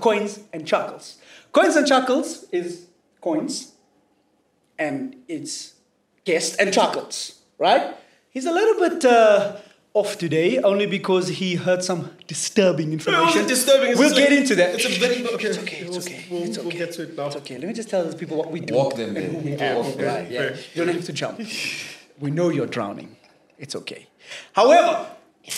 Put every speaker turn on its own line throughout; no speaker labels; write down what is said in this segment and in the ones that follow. coins and chuckles. Coins and chuckles is coins and it's guest and chuckles, right? He's a little bit uh, off today only because he heard some disturbing
It
information.
wasn't disturbing. It's
We'll
just
get
like-
into that.
It's a very okay.
It's okay, it's
we'll,
okay,
We'll,
it's
we'll
okay.
get to it now.
It's okay. Let me just tell those people what we do.
Walk them there.
and who we
Yeah,
are.
walk them.
Right, yeah.
Fair.
You don't have to jump. We know you're drowning. It's okay. However,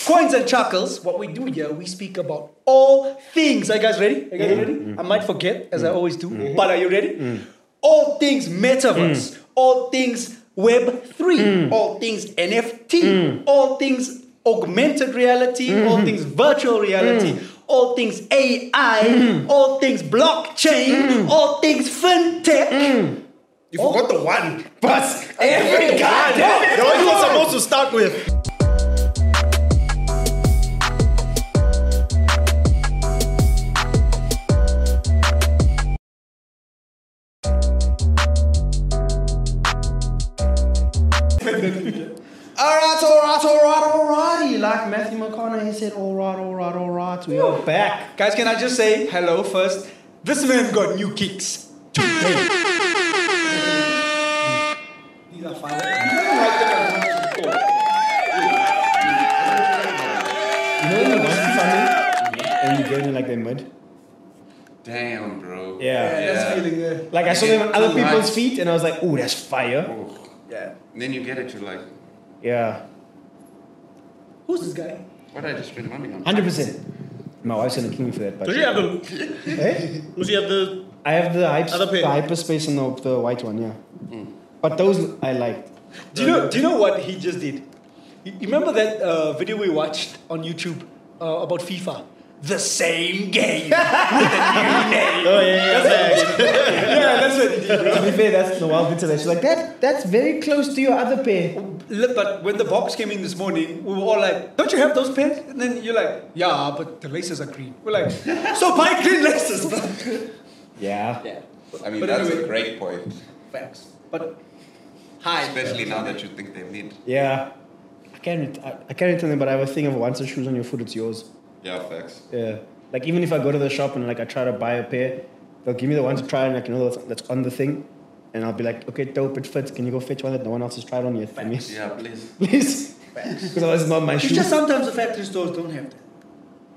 coins and chuckles, what we do here, we speak about all things. Are you guys ready? Are you guys ready? I might forget, as I always do, but are you ready? All things metaverse, all things web3, all things NFT, all things augmented reality, all things virtual reality. All things AI, all things blockchain, all things fintech,
You
Oh.
forgot the one. But
Every goddamn-
The one you were supposed to start with.
Alright, alright, alright, alrighty. Like Matthew McConaughey said, alright, alright, alright. We are back. Guys, can I just say hello first? This man got new kicks. These are fine.
You know when you want something and you go in like their mud?
Damn, bro.
Yeah.
That's
Yeah.
feeling there.
Like I saw them on
Two
other people's
lights.
feet and I was like, ooh, that's fire.
Oh.
Yeah.
And then you get it, you're like,
Yeah.
Who's this guy?
what did I just spend money on?
Hundred percent. My wife's gonna kill me for that, but
Does she have the?
Eh?
Does she have the?
I have the hype
Other pair.
the hyperspace and the, the white one, yeah. But those I liked.
Do you know? Do you know what he just did? You you remember that uh, video we watched on YouTube uh, about FIFA? The same game with a new name.
Oh yeah,
yeah, that's what he did.
to be fair, that's the wild bit of that. She's like, that that's very close to your other pair.
Look, But when the box came in this morning, we were all like, "Don't you have those pairs?" And then you're like, "Yeah, but the laces are green." We're like, "So buy green laces." bro."
Yeah.
yeah,
I mean,
But
that's
anyway-
a great point.
facts. But hi.
Especially now that you think they need.
Yeah. I can't I, I can't tell them, but I have a thing of once the shoes on your foot, it's yours.
Yeah, facts.
Yeah. Like even if I go to the shop and like I try to buy a pair, they'll give me the one to try and like you know that's, that's on the thing, and I'll be like, okay, dope, it fits. Can you go fetch one that no one else has tried on yet for me,
Yeah, please.
please? Because otherwise it's not my
It's just
shoes.
sometimes the factory stores don't have that.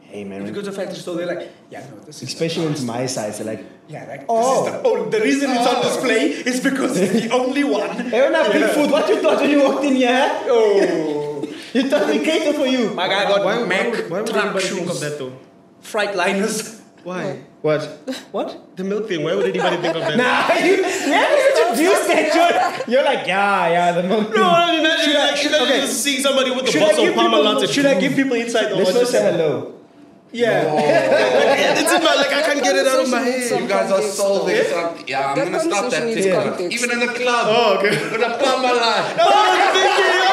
Hey man,
If you
when-
go to a factory store, they're like, "Yeah, no, this is."
especially when it's my size, they're like,
yeah, like
Oh.
this is the only, the reason it's on display is because it's the only one.
hey, when I big food, what you thought when you walked in here?
Oh,
You thought we cater for you?
my guy got
Why, why,
Mac
would, why would
truck
anybody think of
shoes,
that though?
fright liners.
Why?
What?
What?
The milk thing. Why would anybody think of that?
Nah, you, you haven't introduced that, John. You're like, yeah, yeah, the moment.
No, I mean, imagine,
Should I-
like, imagine
okay.
just seeing somebody with a
Should I
box
give
of Parmalat
people?
at
Should I
two.
give people inside the?
Let's
watch
just say
that-
hello.
Yeah.
It's in my, like, I can't get it out of my
Conversation
head.
Some
you guys are
context,
solving
though.
something. Yeah, I'm
That
gonna stop that
conversation
thing.
needs
but
context.
Even in the club. Oh, okay. I'm gonna pump my line.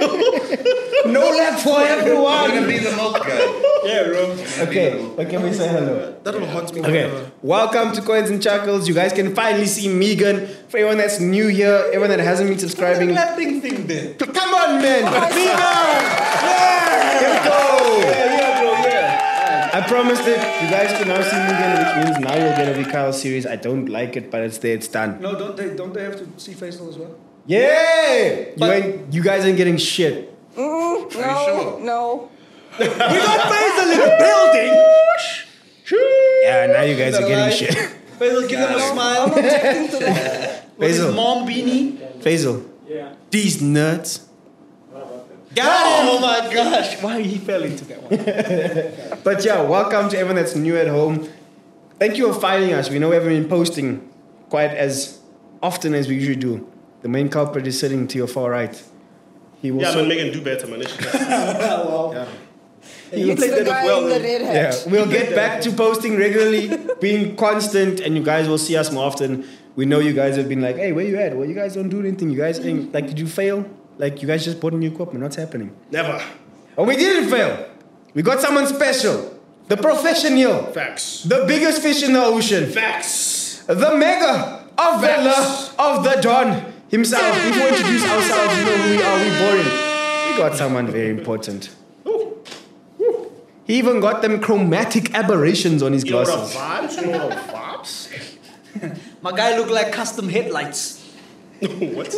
No lab for
I'm
everyone.
gonna be the milk guy.
Yeah, bro.
Okay, okay, we say hello.
That'll haunt me.
Okay,
forever.
welcome to Coins and Chuckles. You guys can finally see Megan. For everyone that's new here, everyone that hasn't been subscribing,
The clapping thing there.
come on, man! Megan!
Yeah,
Yeah! Here we go!
yeah, bro, yeah.
I promised it. You guys can now see Megan, which means now you'll get a Vikal series. I don't like it, but it's there. It's done.
No, don't they don't they have to see Faisal as well?
Yay! You
But-
ain't. You guys ain't getting shit.
Mm,
Are you
no,
sure?
no.
We got Faisal in the building.
Yeah, now you guys
The
are getting
light.
shit.
Faisal, give them a
I'm
smile.
objecting to that.
With his
Faisal.
mom beanie.
Faisal. Yeah. These nerds.
Got him. Oh my gosh. Why he fell into that one?
But yeah, welcome to everyone that's new at home. Thank you for finding us. We know we haven't been posting quite as often as we usually do. The main culprit is sitting to your far right. He will.
Yeah,
so-
man, Megan, do better, man.
wow. Hey, you
It's
played
the
that up
guy
well.
in the
man.
red hat.
yeah, we'll get back to posting regularly, being constant, and you guys will see us more often. We know you guys have been like, "Hey, where you at? Well, you guys don't do anything. You guys ain't like, did you fail? Like, you guys just bought new equipment. What's happening?"
Never.
And we didn't fail. We got someone special, the professional,
Facts.
the biggest fish in the ocean.
Facts.
the mega of the
Facts.
la- of the Don himself. If we introduce ourselves, you know who we are. We boring. We got someone very important. He even got them chromatic aberrations on his
You know the
glasses.
vibes? You know the vibes?
My guy look like custom headlights.
what?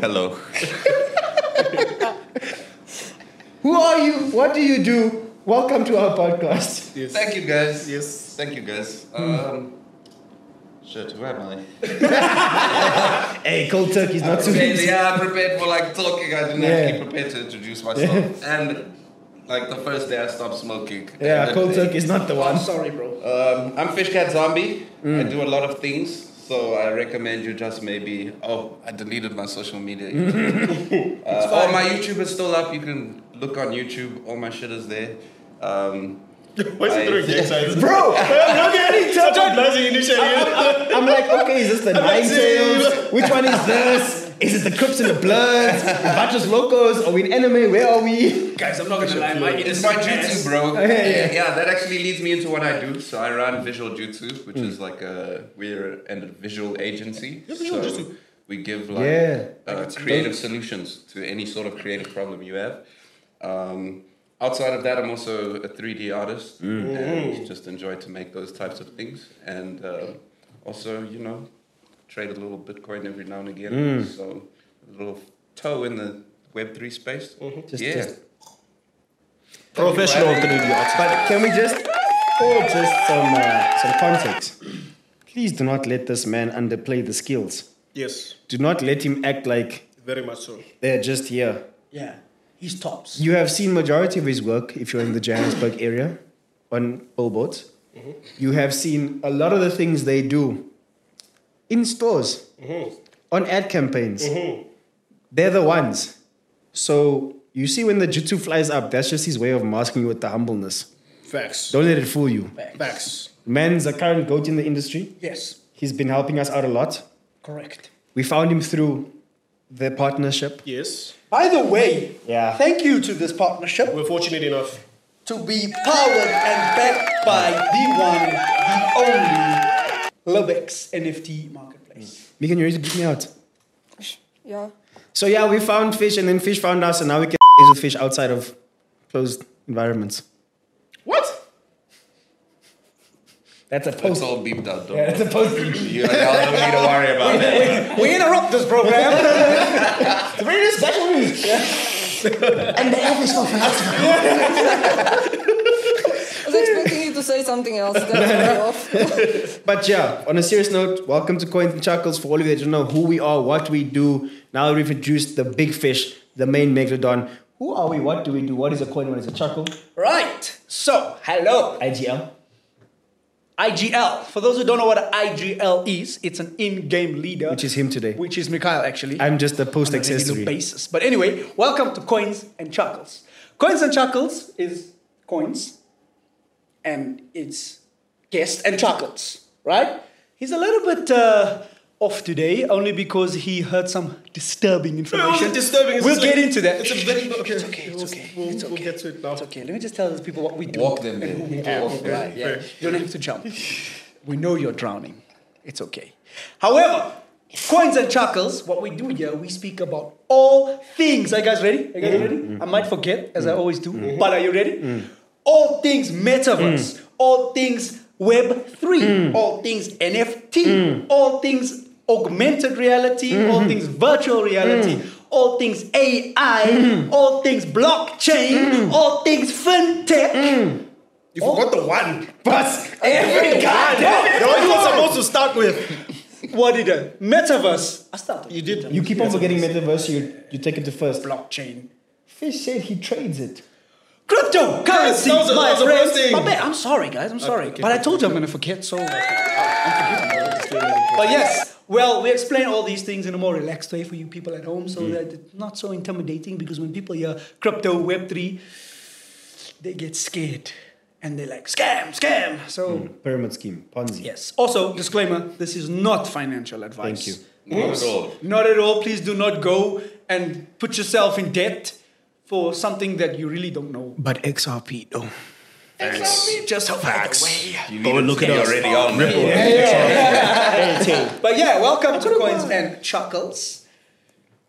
Hello.
Who are you? What do you do? Welcome to our podcast.
Yes.
Thank you guys.
Yes.
Thank you guys. Um, shit, where am I?
Hey, cold turkey's not too
Okay,
easy.
yeah, I prepared for like talking. I didn't
Yeah.
actually prepare to introduce myself. And like the first day I stopped smoking.
Yeah,
And
cold
then-
turkey's not the one. Mm.
Sorry, bro.
Um, I'm Fish Cat Zombie. I do a lot of things, so I recommend you just maybe. Oh, I deleted my social media. uh, all my YouTube is still up. You can look on YouTube. All my shit is there. Um,
Why is he
I-
throwing gang signs?
Bro,
Look at it. Such a bloody initiative.
I'm like, okay, is this the nine tails? Which one is this? Is it the Crips and the Bloods? Bachos Locos? Are we in anime? Where are we?
Guys, I'm not gonna lie, my
It's
innocent
my jutsu,
ass-
bro.
Yeah, yeah.
Yeah, that actually leads me into what I do. So I run Visual Jutsu, which
Hmm.
is like a we're a visual agency.
Visual
so
Jutsu.
we give like
Yeah.
uh, creative solutions to any sort of creative problem you have. Um, outside of that, I'm also a 3D artist
Hmm.
and just enjoy to make those types of things. And uh, also, you know, trade a little Bitcoin every now and again.
Hmm.
So a little toe in the Web3 space.
Just-
yeah.
just-
Professional Canadian
But can we just, or just some uh, some context? Please do not let this man underplay the skills.
Yes,
Do not let him act like
very much so.
they're just here.
Yeah, he's tops.
You have seen majority of his work if you're in the Johannesburg area on billboards. You have seen a lot of the things they do in stores, on ad campaigns. They're the ones. So you see when the jutsu flies up, that's just his way of masking you with the humbleness.
Facts.
Don't let it fool you.
Facts.
Man's a current goat in the industry.
Yes,
He's been helping us out a lot.
correct.
We found him through the partnership.
Yes.
By the way,
Yeah.
thank you to this partnership
We're fortunate enough.
to be powered and backed by the one, the only Lubex NFT marketplace.
Megan, you ready to get me out?
Yeah.
So yeah, we found fish, and then fish found us, and now we can is with fish outside of closed environments.
What?
That's a
It's
post.
all beeped out, though.
That's a post.
You y'all don't need to worry about that.
Mm. We interrupt this program.
I was expecting you to say something else. That's way off.
But yeah, on a serious note, welcome to Coins and Chuckles. For all of you that don't know who we are, what we do, now that we've introduced the big fish, the main megalodon. Who are we? What do we do? What is a coin? What is a chuckle?
right. So, hello.
IGL.
IGL. For those who don't know what an IGL is, it's an in-game leader.
Which is him today.
Which is Mikhail actually.
I'm just a post
on a regular
accessory.
basis. But anyway, welcome to Coins and Chuckles. Coins and Chuckles is coins and it's guest and chuckles, right? He's a little bit uh, off today only because he heard some disturbing
Well,
information.
it's disturbing. It's
We'll
just
get
like-
into that.
It's a very okay.
It's okay, it's
We'll-
okay,
We'll,
it's
we'll
okay.
get to it now.
It's okay. Let me just tell those people what we do.
Walk them there.
Yeah,
Walk them.
right, yeah. You don't have to jump. We know you're drowning. It's okay. However, coins and chuckles, what we do here, we speak about all things. Are you guys ready? Are you guys
Mm.
ready? I might forget, as I always do,
Mm-hmm.
but are you ready? All things
Mm.
metaverse, all things web three, all things NFT,
Mm.
all things augmented reality,
Mm-hmm.
all things virtual reality.
Mm.
All things AI, all things blockchain,
Mm.
all things fintech,
You
Oh
forgot the one.
But
Every goddamn
The one you were supposed to start with.
What did I? Metaverse. I started.
You did.
you keep on forgetting metaverse, you, you take it to first.
blockchain.
Fish said he trades it.
Cryptocurrency,
That was the-
my
that was the
friends.
first thing.
My bad. I'm sorry, guys. I'm sorry.
okay,
but I
okay,
told you I'm going to forget, so. uh, But yes, well, we explain all these things in a more relaxed way for you people at home so that it's not so intimidating because when people hear crypto, Web3, they get scared and they're like, scam, scam. So,
Pyramid scheme, Ponzi.
yes. Also, disclaimer this is not financial advice.
Thank you.
Not at all.
Not at all. Please do not go and put yourself in debt for something that you really don't know.
But XRP, though.
Just hope facts. Way.
You need look at already on Ripple.
But yeah, welcome to Coins and Chuckles.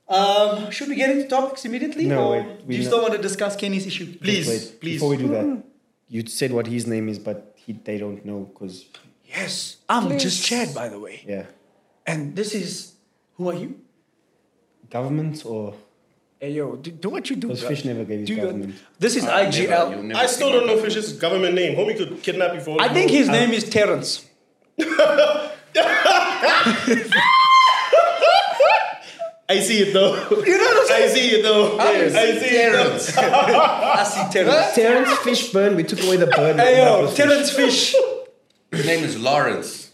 Um, should we get into topics immediately?
No,
or
wait,
do
we
you
no-
still want to discuss Kenny's issue?
Please,
Wait,
please.
Before we do that, you said what his name is, but he, they don't know because
Yes. I'm
Please.
just Chad, by the way.
yeah,
And this is. Who are you?
government or
Hey, yo, do, do what you do.
because
bruh.
Fish never gave his
Do your-
government.
this is
I've never-
IGL.
you'll never
I
see
still
my
don't know
brother.
Fish's government name. Homie could kidnap you for all
I
you
think
know.
his name is Terrence.
I see it though.
You know what I'm
I
saying?
see it though.
Yes.
I see it though.
I see Terrence.
Terrence Fishburne, we took away the bird.
Hey,
we're not
yo,
with fish.
Terrence Fish.
His name is Lawrence.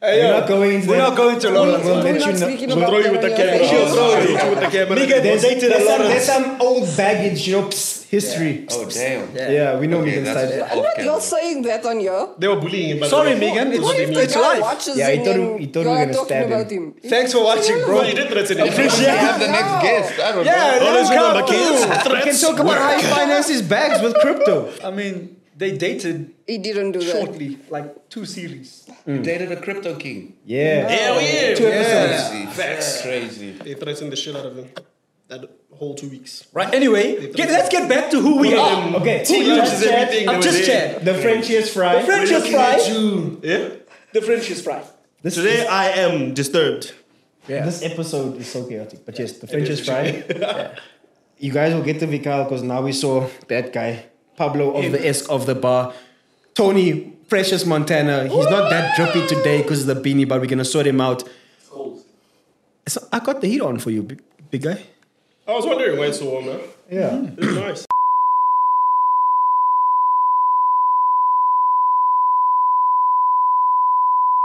Hey,
We're
yo.
not going into
We're
that.
not going to
We'll-
Lawrence.
we'll
We're
let
not
you know.
speaking
We'll
about
throw you
that
with
on
the
your
camera.
official
Sure,
show.
throw you with the camera.
Nigga,
There's,
they did a
there's
lot
some,
of
there's some old baggage, you know, psst, history.
Oh, damn.
Yeah, we know we
Okay,
can
that's
start.
off
What?
camera.
You're saying that on your?
They were bullying him. by the
Sorry,
way.
Megan. It's,
What if the
it's
guy
life.
watches
Yeah, he
and
thought we-
then
he thought we
you
were
are
gonna
talking
stab him.
about him?
Thanks for watching, bro.
Well, you did threaten him.
We
Appreciate
have the
Yeah.
next guest. I don't
Yeah,
know.
let's
Always
go.
remember, kids.
We can
Threats
talk about
work.
how he finances bags with crypto.
I mean, they dated
He didn't do that.
shortly, like two series.
You dated a crypto king.
Yeah.
Hell yeah.
Two episodes.
Crazy. That's crazy.
They threatened the shit out of him. That whole two weeks.
Right. Anyway, get, let's get back to who we are.
Okay,
Who
team
we are.
lunches everything
I'm
that
just
was there.
Chad.
The Frenchiest fry.
The Frenchiest
We're looking at
fry.
you.
Yeah.
The French is fried.
This,
Today I am disturbed.
This episode is so chaotic, but yes, the French is fried. You guys will get the Vical because now we saw that guy, Pablo of the S of the bar, Tony Precious Montana. He's not that drippy today because of the beanie, but we're gonna sort him out. So I got the heat on for you, big, big guy.
I was wondering why it's so warm, man.
Yeah.
It's nice.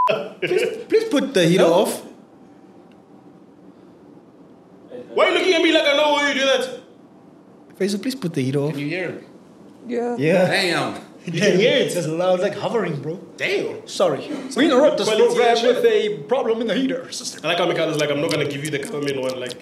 Please put the heater off.
Why are you looking at me like I know why you do that?
Faisal, please put the heater off.
Can you hear him?
Yeah.
Yeah.
Damn.
You can hear it.
It's loud, like hovering, bro.
Damn.
Sorry. We interrupt this
Quality
program
action.
with a problem in the heater.
I like how Mikala's like, I'm not gonna give you the coming one. Like,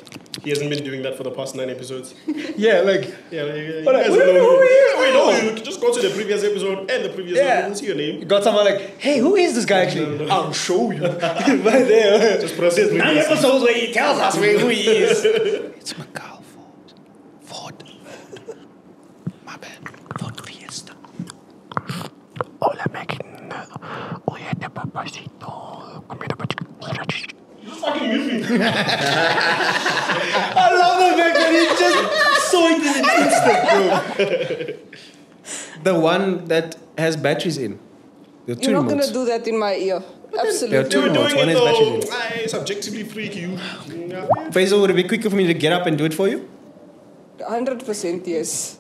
he hasn't been doing that for the past nine episodes.
Yeah, like.
Yeah, yeah, yeah. You
But, uh,
guys
we
know
don't know
who
who
you-
he is,
yeah, we
no.
know you. Just go to the previous episode and the previous one.
Yeah.
You will see your
You
name.
got someone like, hey, who is this guy actually? I'll show you. right there.
Just press it.
Nine
previous.
episodes where he tells us where who he is.
It's Macau Ford. Ford. My bad. Ford Fiesta. Hola, máquina. Oye, este papacito. Comida para
Fucking mute me.
I love the fact that he just saw it in an instant, bro.
The one that has batteries in. The two
You're not
remotes.
gonna do that in my ear.
there are two
Absolutely.
They were
remotes.
doing
One
it
is
though.
batteries in.
Ah, It's objectively freaky. You. Yeah.
Faisal, would it be quicker for me to get up and do it for you?
Hundred percent yes.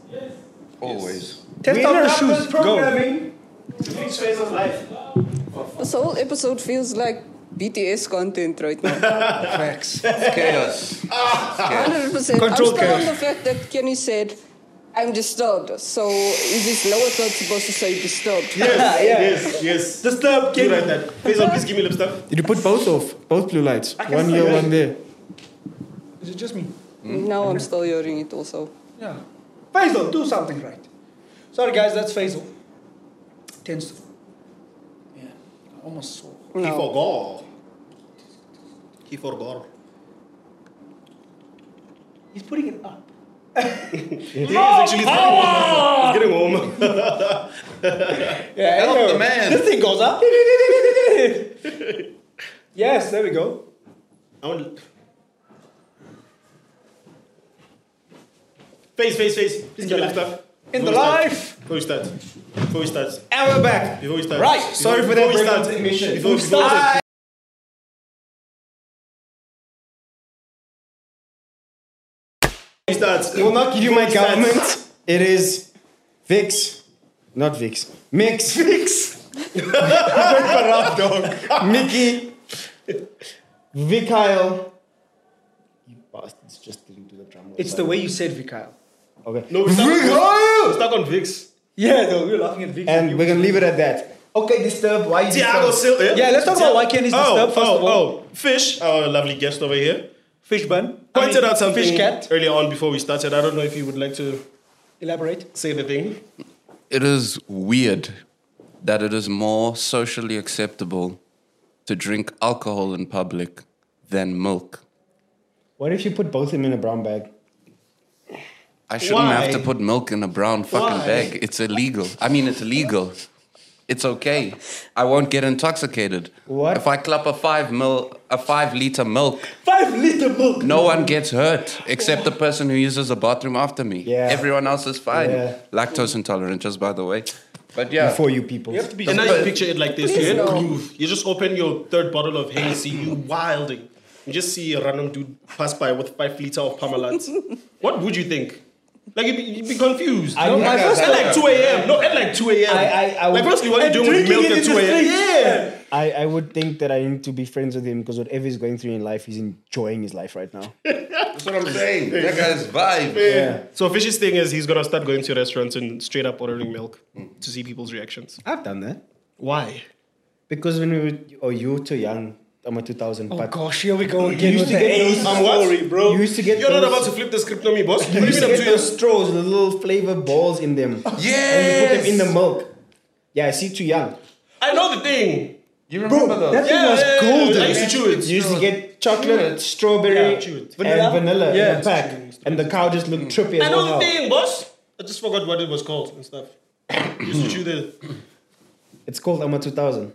Always.
Test out the shoes. Go.
This whole episode feels like BTS content right now.
Chaos.
Hundred percent. I'm
Control
still on
chaos.
the fact that Kenny said, "I'm disturbed." So is his lower third supposed to say disturbed?
Yes, yes, yes.
Disturb
You write
Kenny.
that. Faisal, please give me lip stuff.
Did you put both off? Both blue lights.
I can
One
see
here,
it.
one there.
Is it just me?
Now I'm still hearing it also.
Yeah. Faisal, do something right. Sorry, guys, that's Faisal. Tends to. Yeah, I almost saw.
He
No.
forgot. He forgot.
He's putting it up.
He is actually he's getting warm.
Yeah,
Help
I know.
the man.
This thing goes up. yes, there we go.
I want. Face, face, face. Please give me lip stuff.
In the
Before we start.
life.
Before we start. Before we start.
And we're back.
Before we start.
Right,
Before-
sorry for
before
that
we
break
start.
in the mission.
Before we
We've
start.
started.
We start.
I will not give you my
Before we start.
government. It is Vix. Not Vix. Mix. Vix. Mickey. Vic Kyle. You bastards just didn't do the drum. roll.
It's the way you said Vikyle.
Okay.
No, we start. We're stuck on Vix.
Yeah, though, we're laughing at Vic.
And we're gonna leave it at that. Okay, disturb. Why you
Thiago
disturbed?
Silva.
Yeah, let's talk about why Kenny's
oh,
disturbed, first
oh,
of all.
Oh, Fish, our lovely guest over here,
Fish bun. I
pointed
mean,
out something
Fish cat.
earlier on before we started. I don't know if you would like to
Elaborate.
say the thing.
It is weird that it is more socially acceptable to drink alcohol in public than milk.
What if you put both of them in a brown bag?
I shouldn't have to
Why?
put milk in a brown fucking
Why?
bag. It's illegal. I mean, it's illegal. It's okay. I won't get intoxicated.
What?
If I clap a five mil, a five liter milk,
Five liter milk.
no one gets hurt except the person who uses the bathroom after me.
Yeah.
Everyone else is fine.
Yeah.
Lactose intolerant, just by the way. But yeah.
Before you people.
You have to be
And now
But-
you picture it like this.
Please
You're in a
no.
groove. You just open your third bottle of Hennessy. You wilding. You just see a random dude pass by with five liter of Parmalat. what would you think? Like you'd be, you'd be confused.
I-
No,
my
at
first
like two a.m. No, at like two a.m.
I- I- I would-
like firstly, what are you doing with
drinking
milk
it
at
in the
two a.m.?
street.
Yeah.
I, I would think that I need to be friends with him because whatever he's going through in life, he's enjoying his life right now.
That's what I'm saying. That guy's vibe.
Yeah.
So Fish's thing is he's gonna start going to restaurants and straight up ordering milk to see people's reactions.
I've done that.
Why?
Because when we were, oh, you were too young. I'm a 2000.
Oh
but
gosh, here we go again.
used
with
to
the
get
AIDS.
those-
I'm what?
bro. You used to get
You're not
those-
about to flip the script on me, boss. What do
you
you
used
mean
to
I'm
get
two years?
those straws, the little flavor balls in them. And you put them in the milk. Yeah, I see too young.
I know the thing.
You remember those?
that thing was
yeah,
golden.
I used to chew it.
You used to get chocolate, strawberry,
Yeah, chew it.
and vanilla in
Yeah.
a pack. And the cow just looked trippy as
I know
well.
the thing, boss. I just forgot what it was called and stuff. You used to chew the
It's called Ama 2000.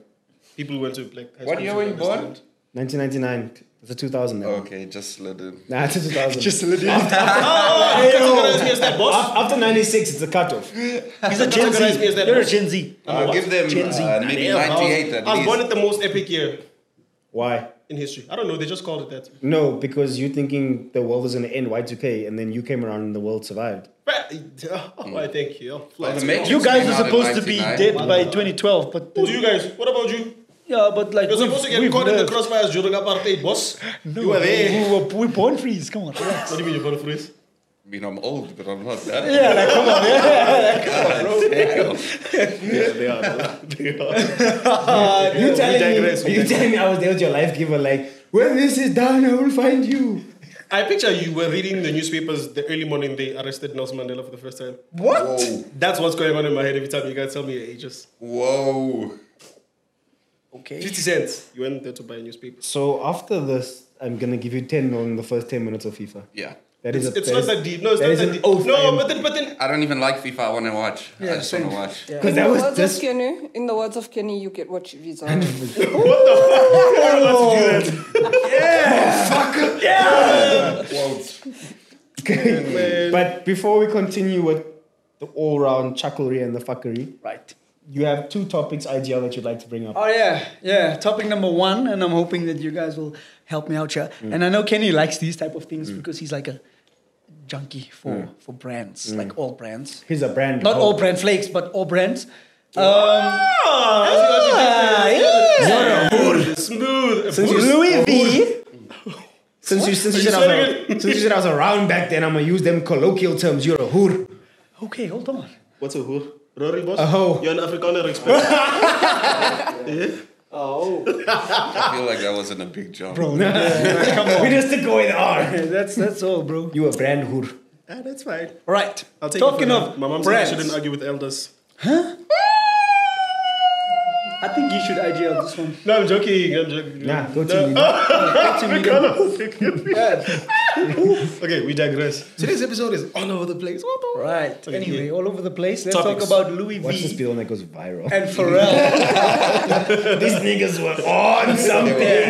people who went to like. high
What
school
year
should
were you born?
understand.
1999. It's a 2000 now.
Okay, just slid in.
Nah, it's a 2000.
Just a little bit.
Oh, you categorize me as that boss.
Af- After 96, it's a cutoff.
He's a
You
Ah, Gen
categorize me as
Z.
that
You're a
boss.
Gen Z.
I'll give them
Gen Z.
uh, maybe
Damn, I was-
98 at
I was born
least.
at the most epic year
Why?
in history. I don't know. They just called it that.
No, because you're thinking the world was going to end Y2K, and then you came around and the world survived.
Right. Oh, I thank you.
Hmm. Well, the
Flights.
Matrix
You guys
came
are
out in
supposed to be
99.
dead by 2012, but
Who do you guys? What about you?
yeah, but like
You're
we've-
supposed to get
we've
caught in the
lived.
crossfires during apartheid, boss.
No,
you were there.
We were, we were born freeze. Come on. relax.
What do you mean you're going to freeze?
I mean, I'm old, but I'm not that.
yeah, like, come on.
Damn.
Yeah, they are. they are.
you telling
digress,
me?
we
You telling me I was there with your life giver? Like, when this is done, I will find you.
I picture you were reading the newspapers the early morning they arrested Nelson Mandela for the first time.
What?
Whoa.
That's what's going on in my head every time you guys tell me your ages.
Whoa.
Okay.
50 cents. You went there to buy a newspaper.
So after this, I'm gonna give you ten mil in the first ten minutes of FIFA.
Yeah.
That is
It's,
a
it's not that deep. No, it's
that
not
is
that
an
deep.
oath I
No,
am-
but then, but then
I don't even like FIFA. I want to watch. I just want to watch.
because
In
that
the
was
words
just
of Kenny, in the words of Kenny, you get what you deserve.
Whoa.
But before we continue with the all-round chucklery and the fuckery,
Right.
you have two topics IGL that you'd like to bring up.
Oh yeah, yeah. Topic number one, and I'm hoping that you guys will help me out here.
Mm.
And I know Kenny likes these type of things because he's like a junkie for
Mm.
for brands, like all brands.
Here's a brand.
Not
Oh.
all brand flakes, but all brands. Um,
Ah,
ah, yeah.
smooth.
Since you-
Louis V.
Since you since
Are
you,
you
said I was
saying
a, since you said I was around back then, I'm gonna use them colloquial terms. You're a hoor.
Okay, hold on.
What's a who? Rory boss?
A hoe.
You're an Afrikaner expert.
Oh. I feel like that wasn't a big job.
we just took away the R.
Yeah, that's that's all, bro.
You a brand hoor.
ah, that's fine.
Right.
I'll take it
Talking
for
of
that. My mom said I
brands,
shouldn't argue with elders.
I think you should idea this one.
No, I'm joking. I'm joking.
Nah, go to
No.
me.
Okay, we digress. Today's episode is all over the place. What the-
Right.
Okay,
Anyway, all over the place. Let's talk
Topics.
about Louis
Watch this
V.
be the one that goes viral.
And Pharrell.
These niggas were on something.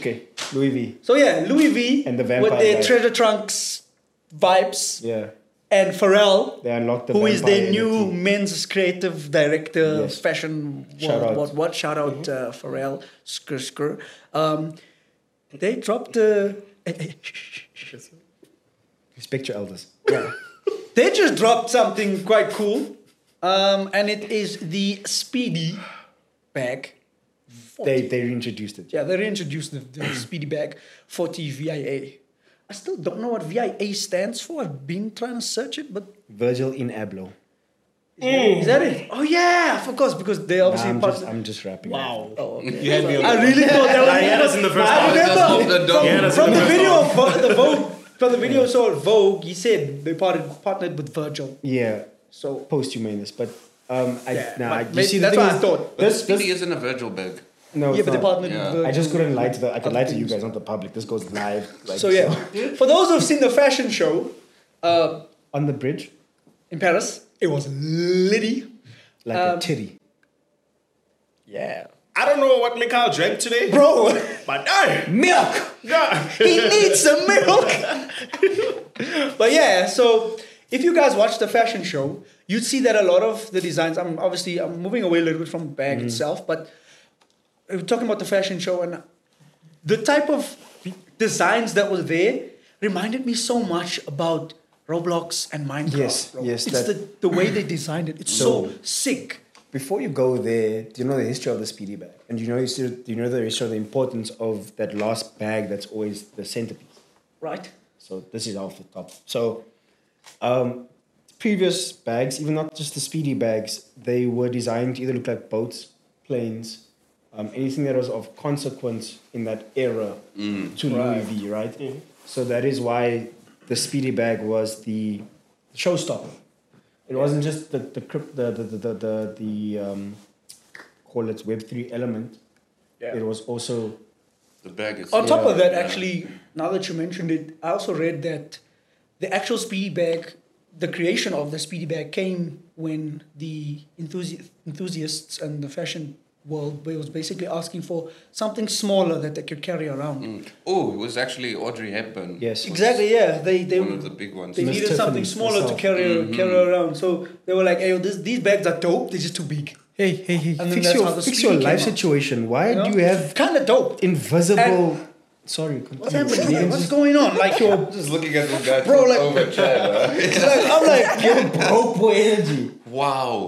okay, Louis V.
so yeah, Louis V
And the
with
vampire
their
guy.
treasure trunks vibes,
Yeah,
and Pharrell,
they unlocked the.
who is
vampire
their new
entity.
men's creative director,
Yes.
fashion.
Shout
what,
out. Mm-hmm.
What, what? Shout out uh, Pharrell. Skr, skr. Um, they dropped uh, a.
Respect your elders.
They just dropped something quite cool, um, and it is the Speedy bag.
They they reintroduced it.
Yeah, they reintroduced the, the Speedy Bag 40 VIA. I still don't know what VIA stands for. I've been trying to search it, but
Virgil in Ablo.
is that it? Oh yeah, of course, because they obviously
I'm
part-
just I'm just rapping.
Wow.
Oh, okay.
You had me on
I
that.
really thought that was.
Nah, he had us in the first
I
one.
Just open the door. He had
remember from,
us in
from the
the first
video of Vo- the Vogue, from the video saw Vogue. He said they parted, partnered with Virgil.
Yeah,
So
posthumous, but um, I
Yeah,
nah,
but
I- you
maybe
see the
that's
thing
what I
is-
thought.
But
This,
Speedy
this,
isn't a Virgil bag.
No,
yeah,
it's
but the
not.
partner.
Yeah.
the-
I just couldn't lie to the. I could
Other
lie to you
things.
guys, not the public. This goes live. Like,
So yeah, for those who've seen the fashion show uh,
On the bridge,
in Paris, it was litty.
like
Um,
a titty.
Yeah,
I don't know what Mikhail drank today,
bro,
but no,
milk.
no.
he needs some milk. but yeah, so if you guys watch the fashion show, you'd see that a lot of the designs. I'm obviously I'm moving away a little bit from bag
Mm.
itself, but we're talking about the fashion show and the type of designs that were there reminded me so much about Roblox and Minecraft.
Yes,
bro.
yes,
It's the,
that-
the way they designed it. It's so,
So-
sick.
Before you go there, do you know the history of the speedy bag?
and you know, you still, you know the history of the importance of that last bag that's always the centerpiece.
Right?
So this is off the top. So um, previous bags, even not just the speedy bags, they were designed to either look like boats, planes, um, anything that was of consequence in that era to Louis V, Mm, right? So that is why the speedy bag was the showstopper. It wasn't just the the crypt, the the the the, the, the um, call it Web three element.
Yeah.
It was also
The bag is.
On top of that,
Yeah.
actually, now that you mentioned it, I also read that the actual speedy bag, the creation of the speedy bag came when the enthusi- enthusiasts and the fashion world was basically asking for something smaller that they could carry around.
Oh, it was actually Audrey Hepburn.
yes
Exactly, yeah. They they
One of the big ones. Mm-hmm.
they
Miss
needed something
Tiffany's
smaller to
herself.
carry carry around. So they were like, "Hey, this, these bags are dope. They're just too big."
Hey, hey, hey!
then
fix
that's
your,
how the
fix
speedy
your
came
life
up.
situation. Why do you have
kind of dope?
invisible? Sorry,
What's
continue.
happening? here? What's going on? Like your
Just looking at this guy
Bro,
bro,
like-
over chair.
I'm like you're
Oh boy, energy.
Wow.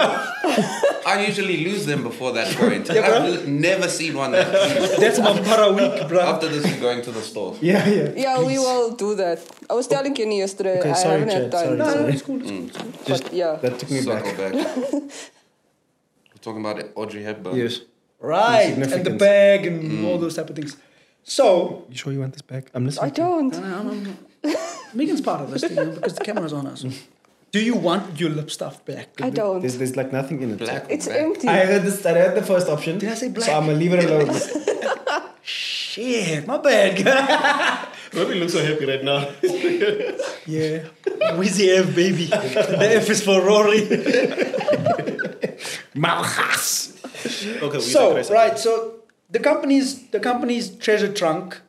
I usually lose them before that point.
Yeah, bro.
I've never seen one that cute.
That's my para week, bro.
After this, we're going to the store.
Yeah, yeah.
Yeah, we will do that. I was telling Kenny yesterday,
Okay,
I
sorry,
haven't
Chad, sorry.
had time.
No, no, it's cool. It's
Mm.
cool. It's cool.
Just
Yeah.
that took me
Circle
back.
back. We're talking about Audrey Hepburn.
Yes.
Right, and the
Significance.
bag and
Mm.
all those type of things. So,
You sure you want this back? I'm listening.
I don't.
Megan's part of this thing you know, because the camera's on us. Do you want your lip stuff back?
I don't.
There's, there's like nothing in it.
Black.
It's
back.
empty.
I heard this. I heard the first option.
Did I say black?
So I'm gonna leave it alone.
Shit, my bad, guy.
Ruby looks so happy right now.
Yeah. Wheezy F, baby. The F is for Rory.
Malchas. Okay, we
So,
digress.
right, so the company's, the company's treasure trunk,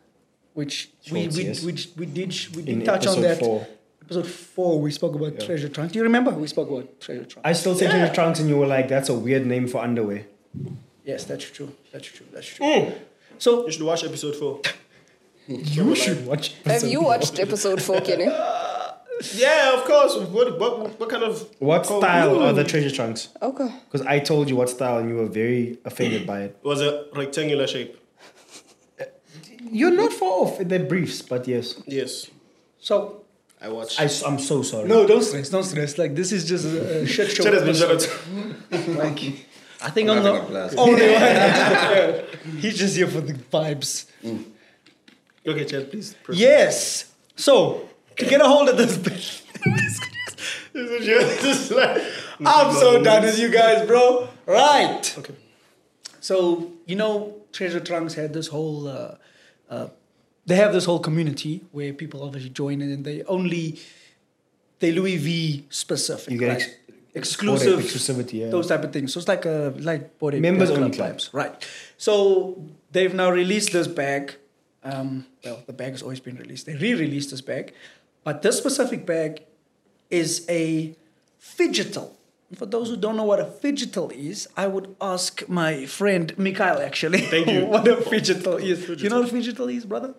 which we,
Shorts,
we,
yes.
we, we did, we did
In
touch on
episode
that.
four.
Episode 4, we spoke about treasure trunk. Do you remember? We spoke about treasure trunk.
I still said your trunks, and you were like, "That's a weird name for underwear."
yes, that's true. That's true. That's true. So,
You should watch episode four.
You should watch.
Have you watched episode 4, Kenny?
Yeah, of course. What, what, what kind of
What
Oh,
style
ooh.
are the treasure trunks?
Okay.
Because I told you what style, and you were very offended by it.
It was a rectangular shape.
You're not far off. They're briefs, but yes.
Yes,
so
I watched.
I, am so sorry.
No, don't stress, don't stress. Like this is just a, a shit show.
Chad has been shut
episode.
out.
Like, I think I'm
Nothing
the
of glass.
only one. Yeah. He's just here for the vibes.
Okay, Chad, please. proceed.
Yes. So to get a hold of this, bitch,
This is just- this is like-
I'm so done with you guys, bro. Right. Okay. So you know, treasure trunks had this whole. Uh, uh, they have this whole community where people obviously join and they only they Louis V specific.
You get
right?
ex-
exclusive
exclusivity, yeah.
Those type of things. So it's like a like body
Members
club
only club.
vibes. Right. So they've now released this bag. Um, well, the bag has always been released. They re-released this bag, but this specific bag is a fidgetal. And For those who don't know what a fidgetal is, I would ask my friend Mikhail actually. Thank
you.
what a fidgetal is. You know what a fidgetal is, brother?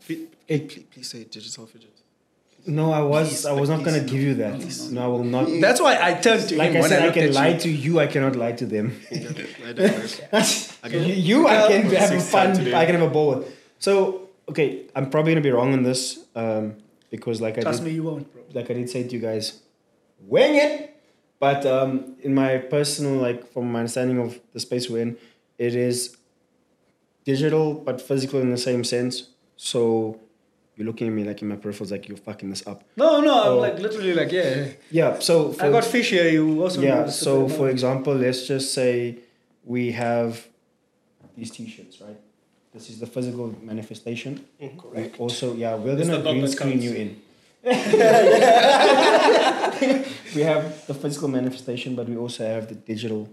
Fe-
It-
please, please say digital fidget.
No, I was. I was not gonna give you that. No, I will not.
That's why I turned to
like
him
I
when
said, I,
looked
can
at
lie
you.
to you. I cannot lie to them.
I digress.
you, you I can have a
Six times
fun.
today.
I can have a ball with. So okay, I'm probably gonna be wrong on this um, because like I
Trust
did,
me, you won't, bro.
like I did say to you guys, wing it. But um, in my personal like from my understanding of the space we're in, it is digital but physical in the same sense. So you're looking at me like in my peripherals like you're fucking this up.
No, no, I'm
Oh.
like literally like yeah.
Yeah. So for,
I got fish here. You also
yeah.
noticed it,
So
no?
for example, let's just say we have these T-shirts, right? This is the physical manifestation. Correct. Also, yeah, we're
It's
gonna
the dot
green
that
screen
counts.
you in. we have the physical manifestation, but we also have the digital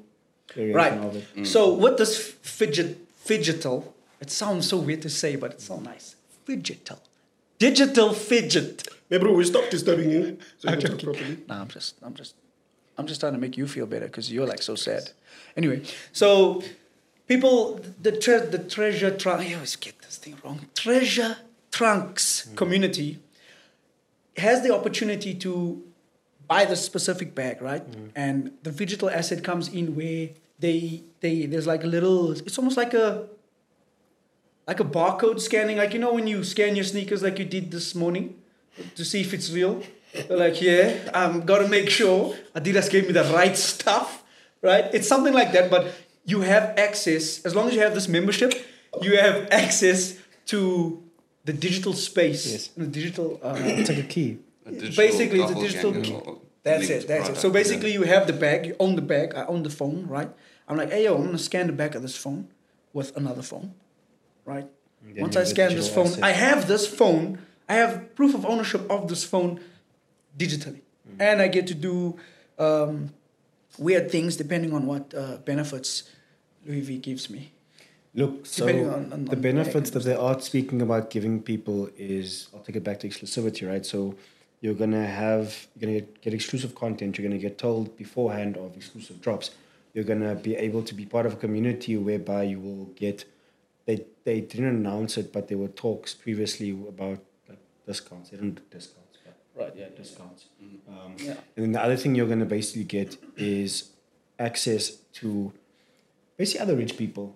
variation
Right.
of it.
So with this fidget, fidgetal, it sounds so weird to say, but it's so nice. Fidgetal, digital fidget.
Maybe we stop disturbing you. So you can talk properly.
Nah, I'm just, I'm just, I'm just trying to make you feel better because you're like so sad. Anyway, so people, the tre- the treasure trunk. I always get this thing wrong. Treasure trunks community has the opportunity to buy the specific bag, right? And the digital asset comes in where they they there's like a little. It's almost like a like a barcode scanning, like you know when you scan your sneakers like you did this morning to see if it's real. They're like, yeah, I'm gotta make sure Adidas gave me the right stuff, right? It's something like that, but you have access, as long as you have this membership, you have access to the digital space.
Yes.
And the digital uh,
It's like a key.
A digital
basically it's a digital
doppelganger
key.
or
That's
linked
it. That's it.
product,
So
yeah.
basically, you have the bag. You own the bag. I own the phone, right? I'm like, hey yo, I'm gonna scan the back of this phone with another phone, right?
then
Once I
you have the
scan this
digital
phone,
asset.
I have this phone. I have proof of ownership of this phone digitally,
Mm-hmm.
and I get to do um, weird things depending on what uh, benefits Louis V gives me.
Look, so
Depending on- on-
the
on-
benefits that they are speaking about giving people is I'll take it back to exclusivity, right? So you're gonna have you're gonna get, get exclusive content. You're gonna get told beforehand of exclusive drops. You're gonna be able to be part of a community whereby you will get. They they didn't announce it, but there were talks previously about like discounts. They don't do discounts, but right? Yeah, discounts. Um,
Yeah.
And then the other thing you're gonna basically get is access to basically other rich people.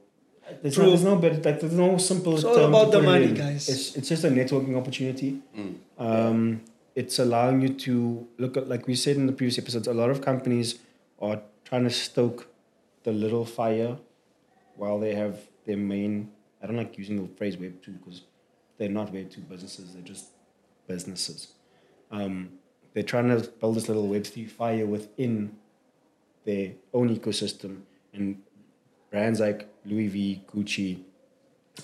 There's no,
True.
there's no better, like, there's no simple.
It's all
term to
about the
put it
money,
in.
guys.
It's, it's just a networking opportunity. Um, it's allowing you to look at, like we said in the previous episodes, a lot of companies are trying to stoke the little fire while they have their main. I don't like using the phrase Web two because they're not Web two businesses. They're just businesses. Um, they're trying to build this little Web three fire within their own ecosystem and brands like Louis V, Gucci,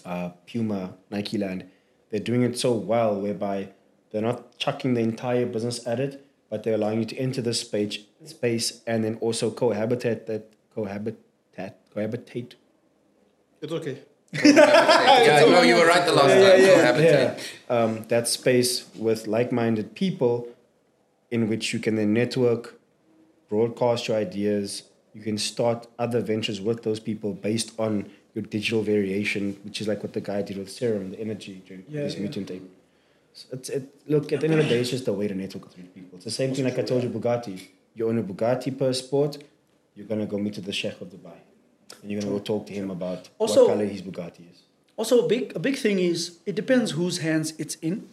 uh, Puma, Nike Land, they're doing it so well whereby they're not chucking the entire business at it, but they're allowing you to enter this space, space and then also cohabitate that cohabitate cohabitate.
It's okay.
uh,
yeah, no, you were right the last time. Cohabitate.
Um, that space with like-minded people, in which you can then network, broadcast your ideas. You can start other ventures with those people based on your digital variation, which is like what the guy did with Serum, the energy drink,
Yeah,
this
yeah.
mutant ape. So it's, it, look, at the end of the day, it's just a way to network with rich people. It's the same thing like I told you, Bugatti. You own a Bugatti per sport, you're going to go meet with the Sheikh of Dubai. And you're going to go talk to him about
Also-
what color his Bugatti is.
also a big a big thing is it depends whose hands it's in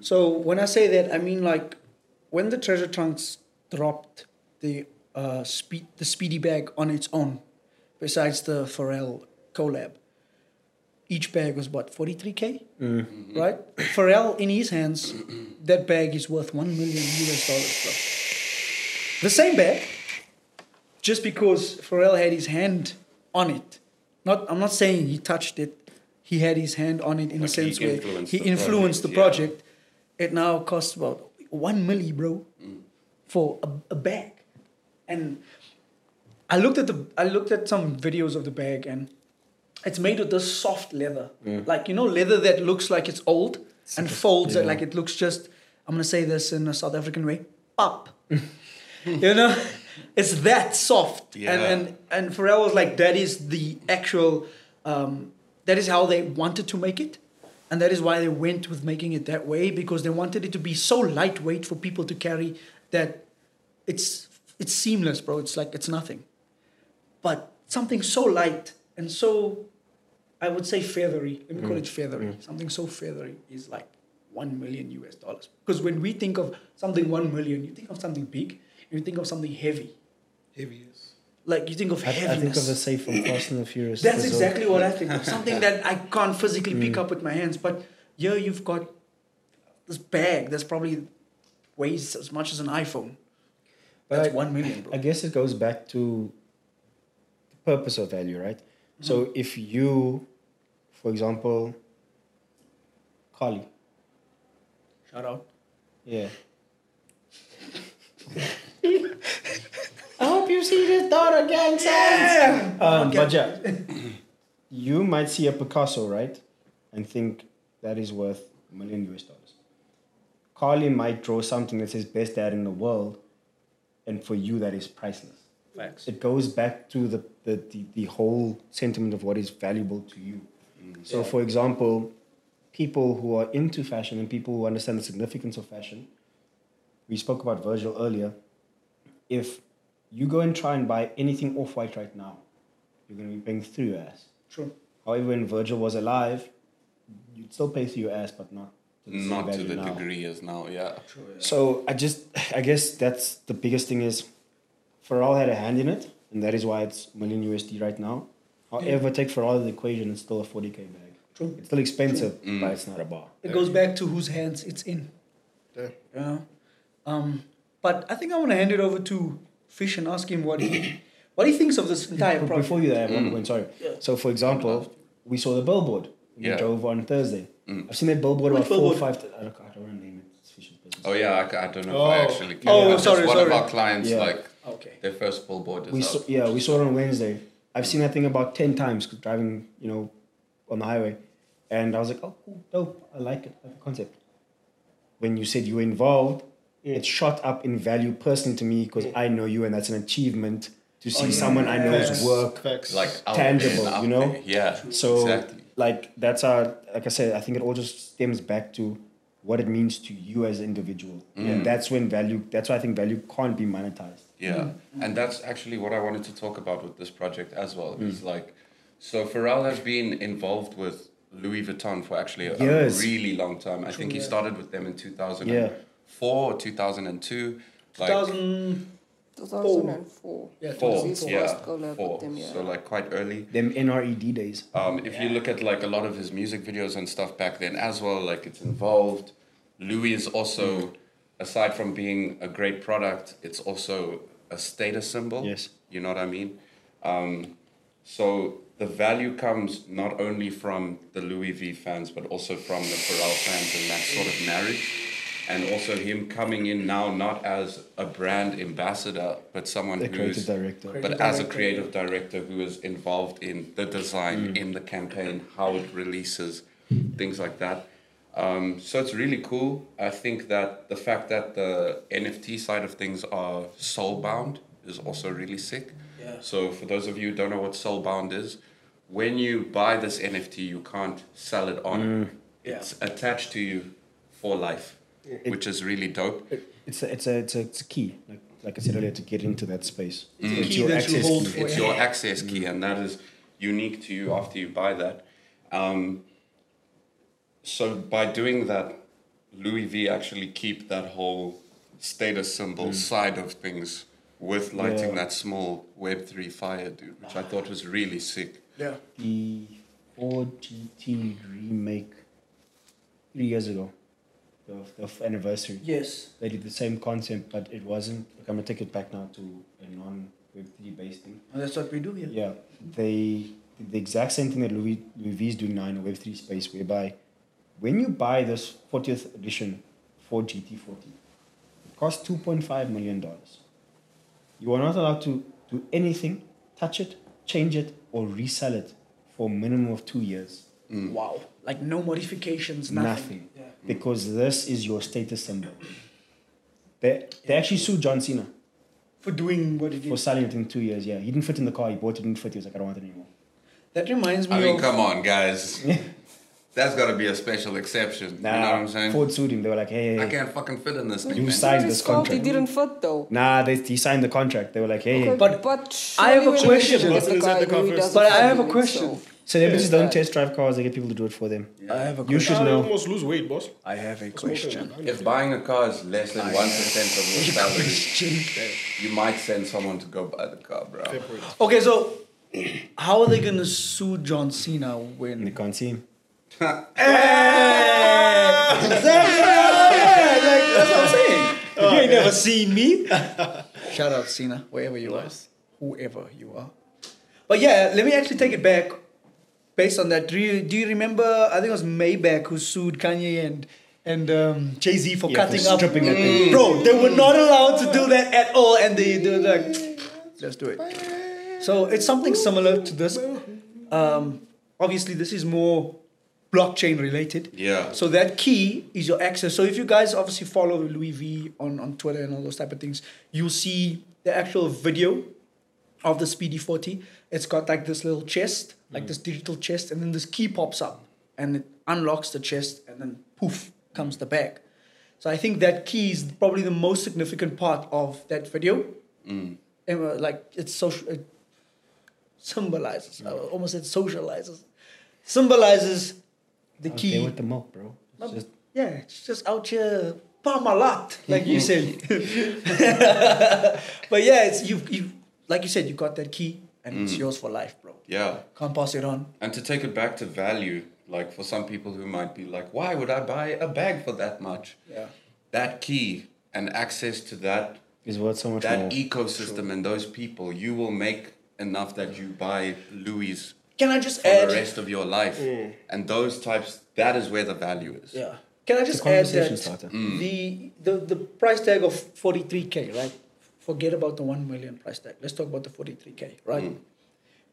so when i say that i mean like when the treasure trunks dropped the uh speed the speedy bag on its own besides the pharrell collab each bag was what 43k
Mm-hmm.
right pharrell in his hands that bag is worth 1 million us dollars bro the same bag just because Pharrell had his hand on it. Not, I'm not saying he touched it. He had his hand on it in a
Like he
sense where
influenced
he
the
influenced the
project, yeah.
project. It now costs about one milli, bro,
Mm.
for a, a bag. And I looked at the I looked at some videos of the bag and it's made with this soft leather, like you know leather that looks like it's old and folds it
yeah.
like it looks just. I'm gonna say this in a South African way, pop. you know, it's that soft.
Yeah.
And and and Pharrell was like, that is the actual, um, that is how they wanted to make it, and that is why they went with making it that way because they wanted it to be so lightweight for people to carry that it's it's seamless, bro. It's like it's nothing but something so light and so I would say feathery. Let me
Mm.
call it feathery. Something so feathery is like one million US dollars. Because when we think of something one million, you think of something big, you think of something heavy.
Heavy yes.
Like you think of
I, I think of
heaviness.
the safe from Fast and the Furious.
That's
There's a-
exactly what I think of. Something that I can't physically pick
Mm.
up with my hands. But here you've got this bag that's probably weighs as much as an iPhone.
But
That's
I-
one million, bro.
I guess it goes back to the purpose of value, right? So if you, for example, Carly,
Shout out.
yeah. I hope you see this daughter gang signs. Um, But yeah, you might see a Picasso, right? And think that is worth a million US dollars. Carly might draw something that says best dad in the world, and for you that is priceless.
Facts.
It goes back to the, the, the, the whole sentiment of what is valuable to you.
Mm,
So, for example, people who are into fashion and people who understand the significance of fashion, we spoke about Virgil earlier. If you go and try and buy anything off white right now, you're going to be paying through your ass.
True.
However, when Virgil was alive, you'd still pay through your ass, but not to the same
Not to
value
the
now.
degree as now, yeah.
So I just, I guess that's the biggest thing is, Farrell had a hand in it, and that is why it's million USD right now. However, take Farrell out of the equation, it's still a forty k bag.
True.
It's still expensive, but it's not a bar.
It goes back to whose hands it's in. Yeah. Um, but I think I want to hand it over to Fish and ask him what he what he thinks of this entire
But
project.
Before you, I have one point. Sorry. So, for example, we saw the billboard. when We
Yeah.
drove on Thursday. I've seen that billboard about four or
billboard?
five. T- I, don't, I don't want to name it. It's Fisher's business.
Oh yeah, I, ca- I don't know if I
Oh.
actually can.
Oh,
But just
sorry,
one of
sorry.
our clients,
Yeah.
like
Okay.
their first billboard is
we
up.
saw, yeah, we saw it on Wednesday. I've seen that thing about ten times 'cause driving, you know, on the highway, and I was like, oh, cool, dope, I like it, I like the concept. When you said you were involved, it shot up in value personally to me because I know you, and that's an achievement to see someone I know's
Facts.
work.
Facts.
like out
tangible,
there and
you
out
know?
there. Yeah.
So,
exactly.
like that's our, like I said, I think it all just stems back to what it means to you as an individual, and that's when value. That's why I think value can't be monetized.
Yeah. And that's actually what I wanted to talk about with this project as well. Is like, so Pharrell has been involved with Louis Vuitton for actually a, a
Years.
really long time. I think he started with them in 2004 or 2002. Like,
2000
2004.
Yeah,
Four,
His
yeah,
first collab
four.
with them, yeah.
So like quite early.
Them NRED days.
Um, if you look at like a lot of his music videos and stuff back then as well, like it's involved. Louis is also, aside from being a great product, it's also a status symbol.
Yes.
You know what I mean? Um, so the value comes not only from the Louis V fans, but also from the Pharrell fans and that sort of marriage. And also him coming in now not as a brand ambassador, but someone
The
who's
creative director.
but as a creative director who is involved in the design, in the campaign, how it releases, things like that. Um, so it's really cool. I think that the fact that the NFT side of things are soul bound is also really sick.
Yeah.
So for those of you who don't know what soul bound is, when you buy this NFT, you can't sell it on.
Yeah.
It's attached to you for life, which is really dope.
it's a, it's a, it's a, it's a key, like, like I said earlier, to get into that space. It's,
key that you
access
hold
key.
for-
It's your access key, and that is unique to you after you buy that. Um, so by doing that, Louis V actually keep that whole status symbol side of things with lighting
Mm. Yeah.
that small Web three fire, dude, which I thought was really sick.
Yeah.
The 4GT remake three years ago, the, the f- anniversary.
Yes.
They did the same concept, but it wasn't. Like, I'm gonna take it back now to a non Web3 based thing.
That's what we do here.
Yeah, they did the exact same thing that Louis Louis V is doing now in the Web three space, whereby when you buy this fortieth edition for GT forty, it costs two point five million dollars. You are not allowed to do anything, touch it, change it, or resell it for a minimum of two years.
Wow. Like no modifications, nothing.
Nothing. Because this is your status symbol. They, they actually sued John Cena
For doing what it
for
is.
selling it in two years. Yeah, he didn't fit in the car. He bought it, didn't fit. He was like, I don't want it anymore.
That reminds me
I mean,
of
come on, guys. That's got to be a special exception.
Nah,
you know what I'm saying?
Ford sued him. They were like, hey, hey,
I
hey.
can't fucking fit in this thing.
You
man.
signed
It's not
this
his fault,
contract.
He didn't fit though.
Nah, they, he signed the contract. They were like, hey,
Okay,
but
But
surely
I have a
when he
question.
did
Wasn't
the
inside the
guy, Louis
conference.
doesn't
But I
fit
have a
in it,
question.
so-
celebrities don't test drive cars. They get people to do it for them.
I have a
You
question.
should
I
know.
almost lose weight, boss.
I have a question.
If buying a car is less than one percent of your salary,
eh?
you might send someone to go buy the car, bro.
Okay, so how are they gonna sue John Cena when
They can't see him.
you ain't never seen me. Shout out Cena, wherever you are, whoever you are. But yeah, let me actually take it back. Based on that, do you, do you remember? I think it was Maybach who sued Kanye and and um, Jay Z for
Yeah, for
cutting up. Mm.
stripping that thing.
Bro, they were not allowed to do that at all, and they they were like, let's do it. So it's something similar to this. Um, obviously, this is more blockchain related.
Yeah.
So that key is your access. So if you guys obviously follow Louis V on, on Twitter and all those type of things, you'll see the actual video of the Speedy 40. It's got like this little chest, like this digital chest, and then this key pops up and it unlocks the chest and then poof comes the bag. So I think that key is probably the most significant part of that video. And, uh, like it's social it symbolizes, I
Mm.
almost said socializes. Symbolizes the key. Um,
They with the milk, bro. It's just
Yeah, it's just out here palm a lot, like you said. but yeah, it's you you like you said, you got that key and it's
Mm.
yours for life, bro.
Yeah.
Can't pass it on.
And to take it back to value, like for some people who might be like, why would I buy a bag for that much?
Yeah.
That key and access to that
is worth so much more.
that e- ecosystem and those people, you will make enough that you buy Louis
Can I just
for
add
the rest of your life.
Mm.
And those types, that is where the value is.
Yeah. Can I just add
conversation
that
starter.
the, the the price tag of 43k, right? Forget about the 1 million price tag. Let's talk about the 43k, right?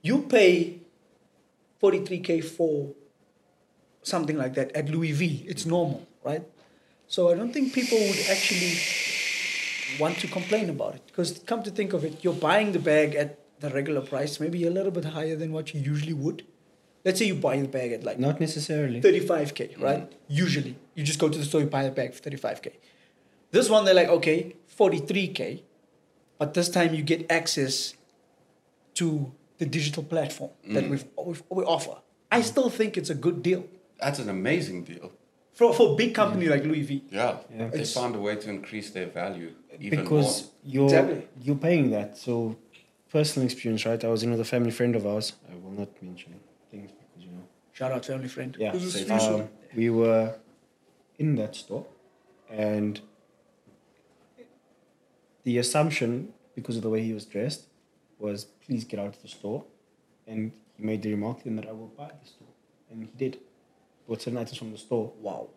You pay 43k for something like that at Louis V. It's normal, right? So I don't think people would actually want to complain about it because come to think of it, you're buying the bag at the regular price, maybe a little bit higher than what you usually would. Let's say you buy the bag at like
Not necessarily.
Mm-hmm.
35k, right? Usually, you just go to the store, you buy a bag for 35k. This one, they're like, okay, 43k, but this time you get access to the digital platform
Mm.
that we've, we've, we offer. I still think it's a good deal
That's an amazing deal.
for, for a big company like Louis V.
Yeah.
Yeah.
They
It's-
found a way to increase their value even
because
more.
you're
Exactly.
you're paying that. So personal experience, right? I was in with a family friend of ours. I will not mention things because you know.
Shout out family friend.
Yeah.
This is
Safe.
Swiss.
Um, we were in that store, and the assumption, because of the way he was dressed, was please get out of the store. And he made the remark then that I will buy the store. And he did. Bought certain items from the store.
wow.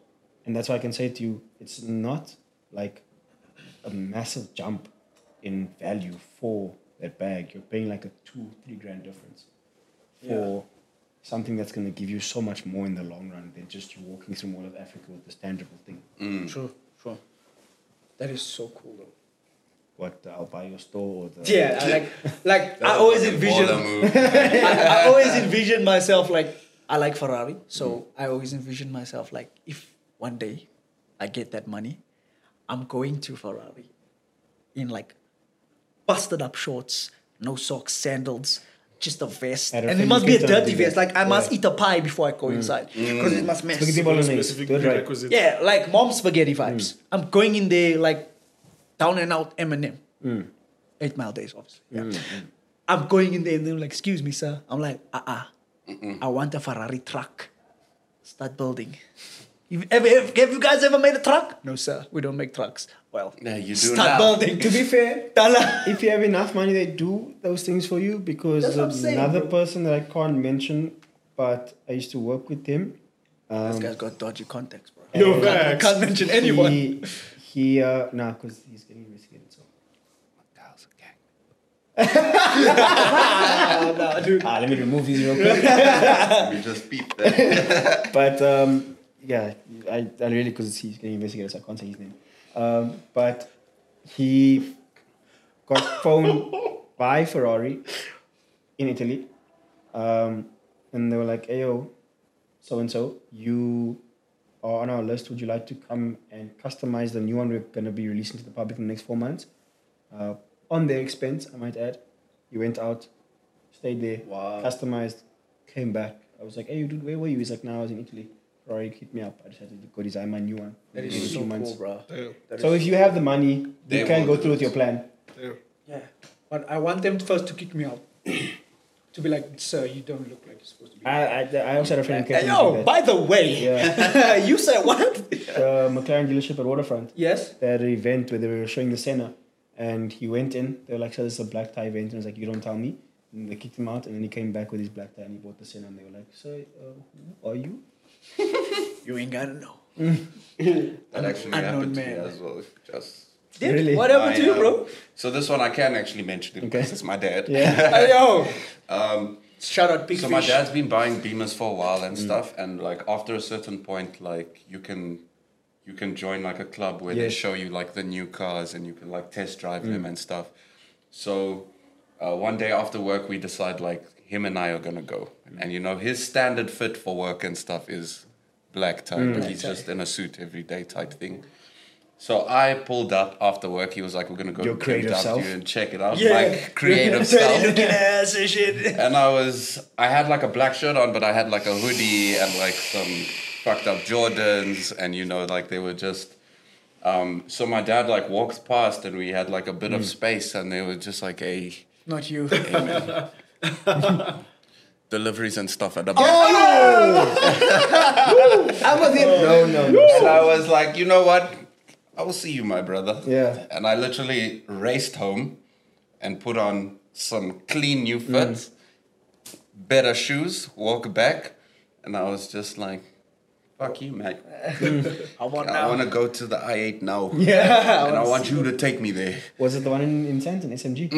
And that's why I can say to you, it's not like a massive jump in value for that bag. You're paying like a two, three grand difference for something that's going to give you so much more in the long run than just you walking through all of Africa with this tangible thing.
Sure, sure. That is so cool though.
What the I'll buy your store or the.
Yeah, I like like I always
That's a
envision
baller move.
I, I always envision myself like I like Ferrari, so I always envision myself like if one day I get that money, I'm going to Ferrari in like busted up shorts, no socks, sandals, just a vest,
I don't
and it
think
must
you
be a
can tell
dirty
the
vest. Like I must
Yeah. Mm.
eat a pie before I go inside because it must mess.
Spaghetti bolognese.
Specific
Do it right.
prerequisites.
Yeah, like mom spaghetti vibes. I'm going in there like down and out Eminem. Eight Mile Days, obviously. Yeah. I'm going in there and they're like, excuse me, sir. I'm like, uh-uh. I want a Ferrari truck. Start building. You've ever, have, have you guys ever made a truck? No, sir. We don't make trucks. Well,
Yeah, you do
start
now.
building.
To be fair, um,
Dala.
if you have enough money, they do those things for you because
That's what I'm saying,
another
bro.
person that I can't mention, but I used to work with him.
This guy's got dodgy contacts, bro.
No
Can't-
facts.
Can't mention anyone.
He, he uh, nah, because he's getting investigated. So.
Girls gang.
Ah, let me remove these real quick.
we just beat that.
but um, yeah, I, I really because he's getting investigated, so I can't say his name. Um, but he got phoned by Ferrari in Italy, um, and they were like, "Hey yo, so and so, you are on our list. Would you like to come and customize the new one we're going to be releasing to the public in the next four months?" Uh, on their expense, I might add. He went out, stayed there,
Uh,
customized, came back. I was like, "Hey, dude, where were you?" He's like, "No, I was in Italy. Ferrari hit me up. I decided to go design my new one."
That
in a
is
few
so
months."
cool, bro.
So if you have the money,
They
you can go
will
through with your plan.
Yeah. But I want them first to kick me out. to be like, sir, you don't look like you're supposed to be.
I, I, I also had a friend who
Hey,
came
yo, by the way, you said what?
the McLaren dealership at Waterfront.
yes.
They had an event where they were showing the Senna, and he went in. They were like, "So this is a black tie event," and I was like, "You don't tell me." And they kicked him out, and then he came back with his black tie and he bought the sin, and they were like, "So, uh, who are you?"
You ain't gotta know.
That actually
unknown
happened to me
man.
as well. Just
Dude,
Really?
What happened to
I,
you,
um,
bro?
So this one I can actually mention him because it's my dad.
I, oh.
Um,
Shout out Big
so my
Fish.
dad's been buying Beamers for a while and stuff, and like after a certain point, like you can, you can join like a club where they show you like the new cars and you can like test drive them and stuff. So uh, one day after work, we decide like him and I are gonna go, and you know his standard fit for work and stuff is black tie, but he's just in a suit every day type thing. So I pulled up after work. He was like, "We're gonna go
Your
to
creative
BMW
self.
and check it out."
Yeah.
Like creative
Dirty
self
looking ass and shit.
and I was I had like a black shirt on, but I had like a hoodie and like some fucked up Jordans, and you know, like they were just. Um, so my dad like walked past, and we had like a bit of
Hmm.
space, and they were just like a
Not you.
deliveries and stuff
Oh,
at the
I'm with him. No, no, no.
And I was like, you know what? I will see you, my brother.
Yeah.
And I literally raced home and put on some clean new
Hmm.
fits, better shoes, walk back, and I was just like, fuck you, mate.
I want
I
now.
want to go to the I8 now.
Yeah.
And I want you to take me there.
Was it the one in, in Santon, SMG?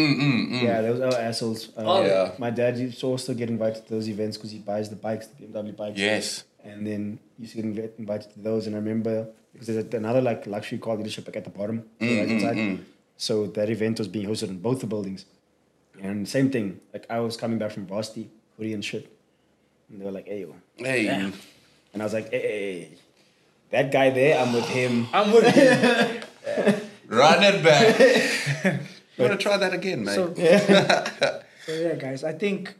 Yeah, those are assholes. Uh,
Mm, Oh. Yeah.
My dad used to also get invited to those events because he buys the bikes, the BMW bikes.
Yes.
And then you used to get inv- invited to those. And I remember because there's another like luxury car dealership like, at the bottom, on
Mm,
the right hand side. So that event was being hosted in both the buildings. And same thing. Like I was coming back from varsity, hoodie and shit. And they were like, hey, yo.
Hey.
And I was like, hey, hey, hey. That guy there, I'm with him.
I'm with you.
Run it back. you want to try that again, mate?
So, so yeah, guys, I think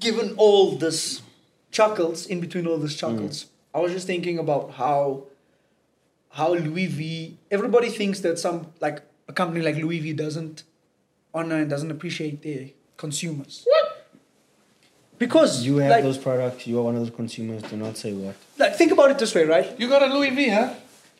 given all this chuckles in between all this chuckles, I was just thinking about how how Louis V. Everybody thinks that some like a company like Louis V. doesn't honor and doesn't appreciate their consumers. What? Because
You have
like,
those products. You are one of those consumers. Do not say what.
like think about it this way, right?
you got a Louis V, huh?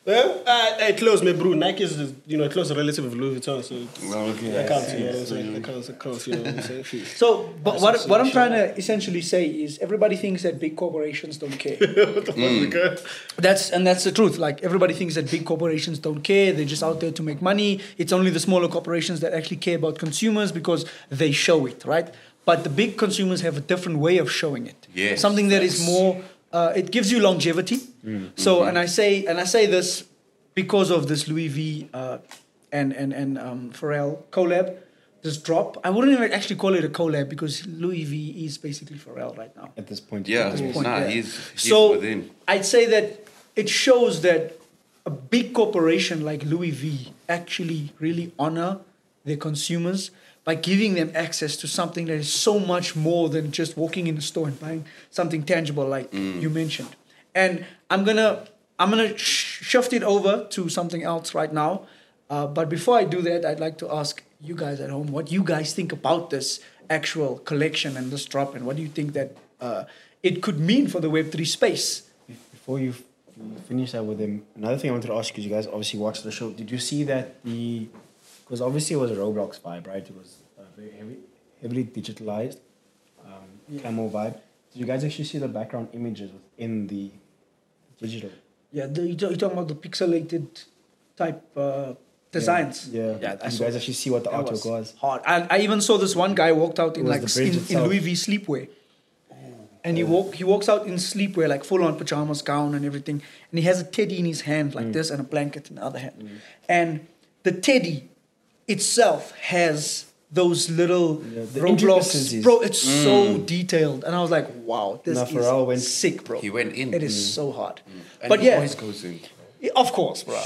Well, uh, it close, my bro. Nike is, the- you know, it close a relative of Louis Vuitton, so it's,
Well, okay.
that counts, you know what I'm saying? That counts, that counts, you know what I'm saying?
So, but what, what I'm
Association.
trying to essentially say is everybody thinks that big corporations don't care.
Mm.
That's and that's the truth. Like everybody thinks that big corporations don't care. They're just out there to make money. It's only the smaller corporations that actually care about consumers because they show it, right? But the big consumers have a different way of showing it.
Yes,
Something that is
that's- Mm, mm-hmm.
more. Uh, it gives you longevity. So, and I say and I say this because of this Louis V. Uh, and and and um, Pharrell collab. This drop, I wouldn't even actually call it a collab because Louis V is basically Pharrell right now.
At this point,
Yeah,
point,
nah,
yeah.
he's, he's
So
within.
I'd say that it shows that a big corporation like Louis V actually really honor their consumers by giving them access to something that is so much more than just walking in the store and buying something tangible like you mentioned. And I'm gonna I'm gonna sh- shift it over to something else right now. Uh, but before I do that, I'd like to ask you guys at home what you guys think about this actual collection and this drop, and what do you think that uh, it could mean for the Web3 space?
Before you f- finish that with him, another thing I wanted to ask you, you guys obviously watched the show. Did you see that the? Because obviously it was a Roblox vibe, right? It was uh, very heavy, heavily digitalized, um, camo vibe. Did you guys actually see the background images within the digital?
Yeah, the, you're talking about the pixelated type uh, designs.
Yeah.
yeah. I
Did you
saw
guys actually see what the
that
artwork
was
was?
hard. I, I even saw this one guy walked out in
was
like
the
s-
bridge
in, in
itself. Oh.
Louis V sleepwear, and he walk he walks out in sleepwear like full on pajamas, gown, and everything, and he has a teddy in his hand
Mm.
like this and a blanket in the other hand, and the teddy itself has those little
Yeah, the
Roblox.
intricacies.
Bro, it's so detailed, and I was like, wow, this
Now
is
Pharrell went- Mm.
sick, bro.
He went in. Mm.
It is so hard,
And
but
he
yeah,
always goes in.
yeah, Of course, bro.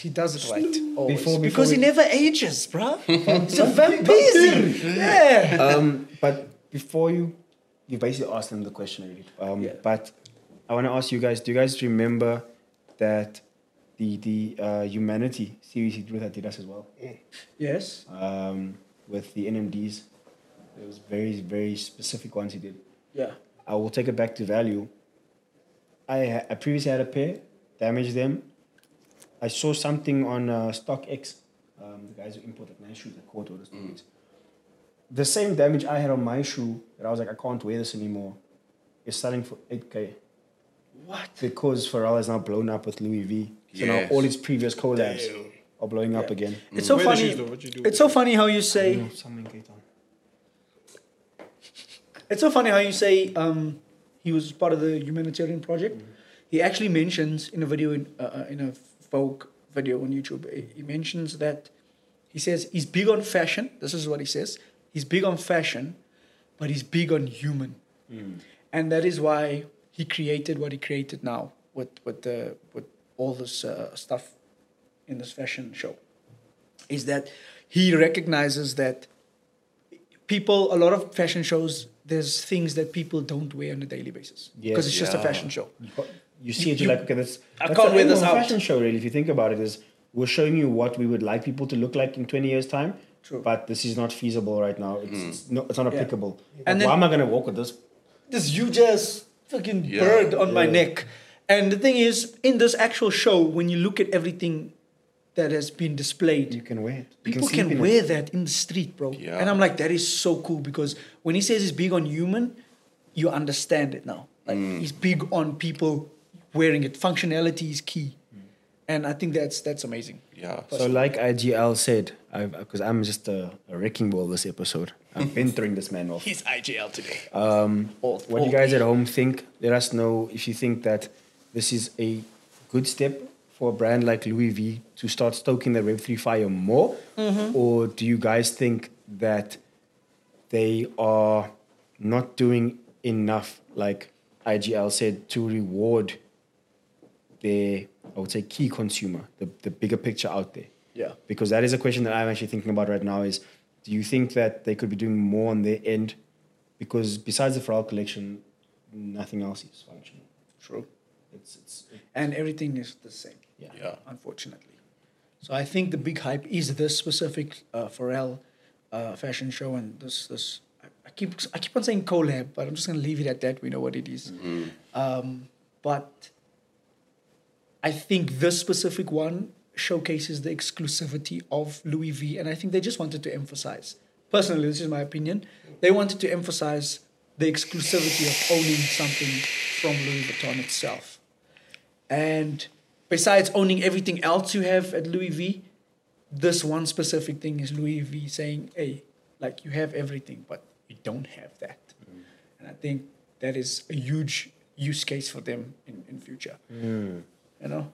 He does it right. Always. because
Before- before
he
we-
never ages, bro. It's a vampire. Yeah.
um, but before you, you basically asked them the question already. Um,
Yeah.
But I want to ask you guys: Do you guys remember that the the uh, humanity series he did with Adidas as well,
Yes.
um, with the NMDs? There was very very specific ones he did.
Yeah.
I will take it back to value. I, ha- I previously had a pair, damaged them. I saw something on uh, StockX, um, the guys who import like nice shoes, like Quarto, those things. the same damage I had on my shoe that I was like, I can't wear this anymore, is selling for 8K. What? Because Pharrell has now blown up with Louis V. So
Yes.
now all his previous collabs are blowing up again.
It's so
Where the
funny.
shoes, though? What you do
It's so funny how you say. It's so funny how you say um, he was part of the humanitarian project. He actually mentions in a video in uh, uh, in a Vogue video on YouTube. eh, he- He mentions that he says he's big on fashion. This is what he says. He's big on fashion, but he's big on human, and that is why he created what he created now with with the with all this uh, stuff in this fashion show is that he recognizes that people, a lot of fashion shows, there's things that people don't wear on a daily basis because
Yes.
it's just a fashion show.
You see it,
You-
you're like, okay, that's,
I
that's
can't
the
wear
aim
this
of a
out.
fashion show, really, if you think about it, is we're showing you what we would like people to look like in 20 years' time.
True.
But this is not feasible right now. It's, it's, not, it's not applicable.
And
And
then-
why am I going to walk with this?
This huge ass fucking
Yeah.
bird on my neck. And the thing is, in this actual show, when you look at everything that has been displayed,
You can wear it. You
people
sleep
can,
in it.
wear that in the street, bro.
Yeah.
And I'm like, that is so cool because when he says he's big on human, you understand it now. Like
Mm.
he's big on people wearing it. Functionality is key,
Mm.
and I think that's that's amazing.
Yeah.
So, like IGL said, because I'm just a, a wrecking ball this episode. I've been throwing this man off.
He's IGL today.
Um,
All-
what do you guys at home think? Let us know if you think that this is a good step for a brand like Louis V to start stoking the Web3 fire more, or do you guys think that they are not doing enough, like IGL said, to reward their, I would say, key consumer, the, the bigger picture out there?
Yeah.
Because that is a question that I'm actually thinking about right now is do you think that they could be doing more on their end? Because besides the Pharrell collection, nothing else is functional.
True.
It's, it's,
And everything is the same.
Yeah.
Yeah.
Unfortunately. So I think the big hype is this specific uh, Pharrell uh, fashion show and this this. I, I keep I keep on saying collab, but I'm just gonna leave it at that. We know what it is. Um, but I think this specific one showcases the exclusivity of Louis V, and I think they just wanted to emphasize. Personally, this is my opinion. They wanted to emphasize the exclusivity of owning something from Louis Vuitton itself. And besides owning everything else you have at Louis V, this one specific thing is Louis V saying, hey, like you have everything, but you don't have that. And I think that is a huge use case for them in, in future. You know?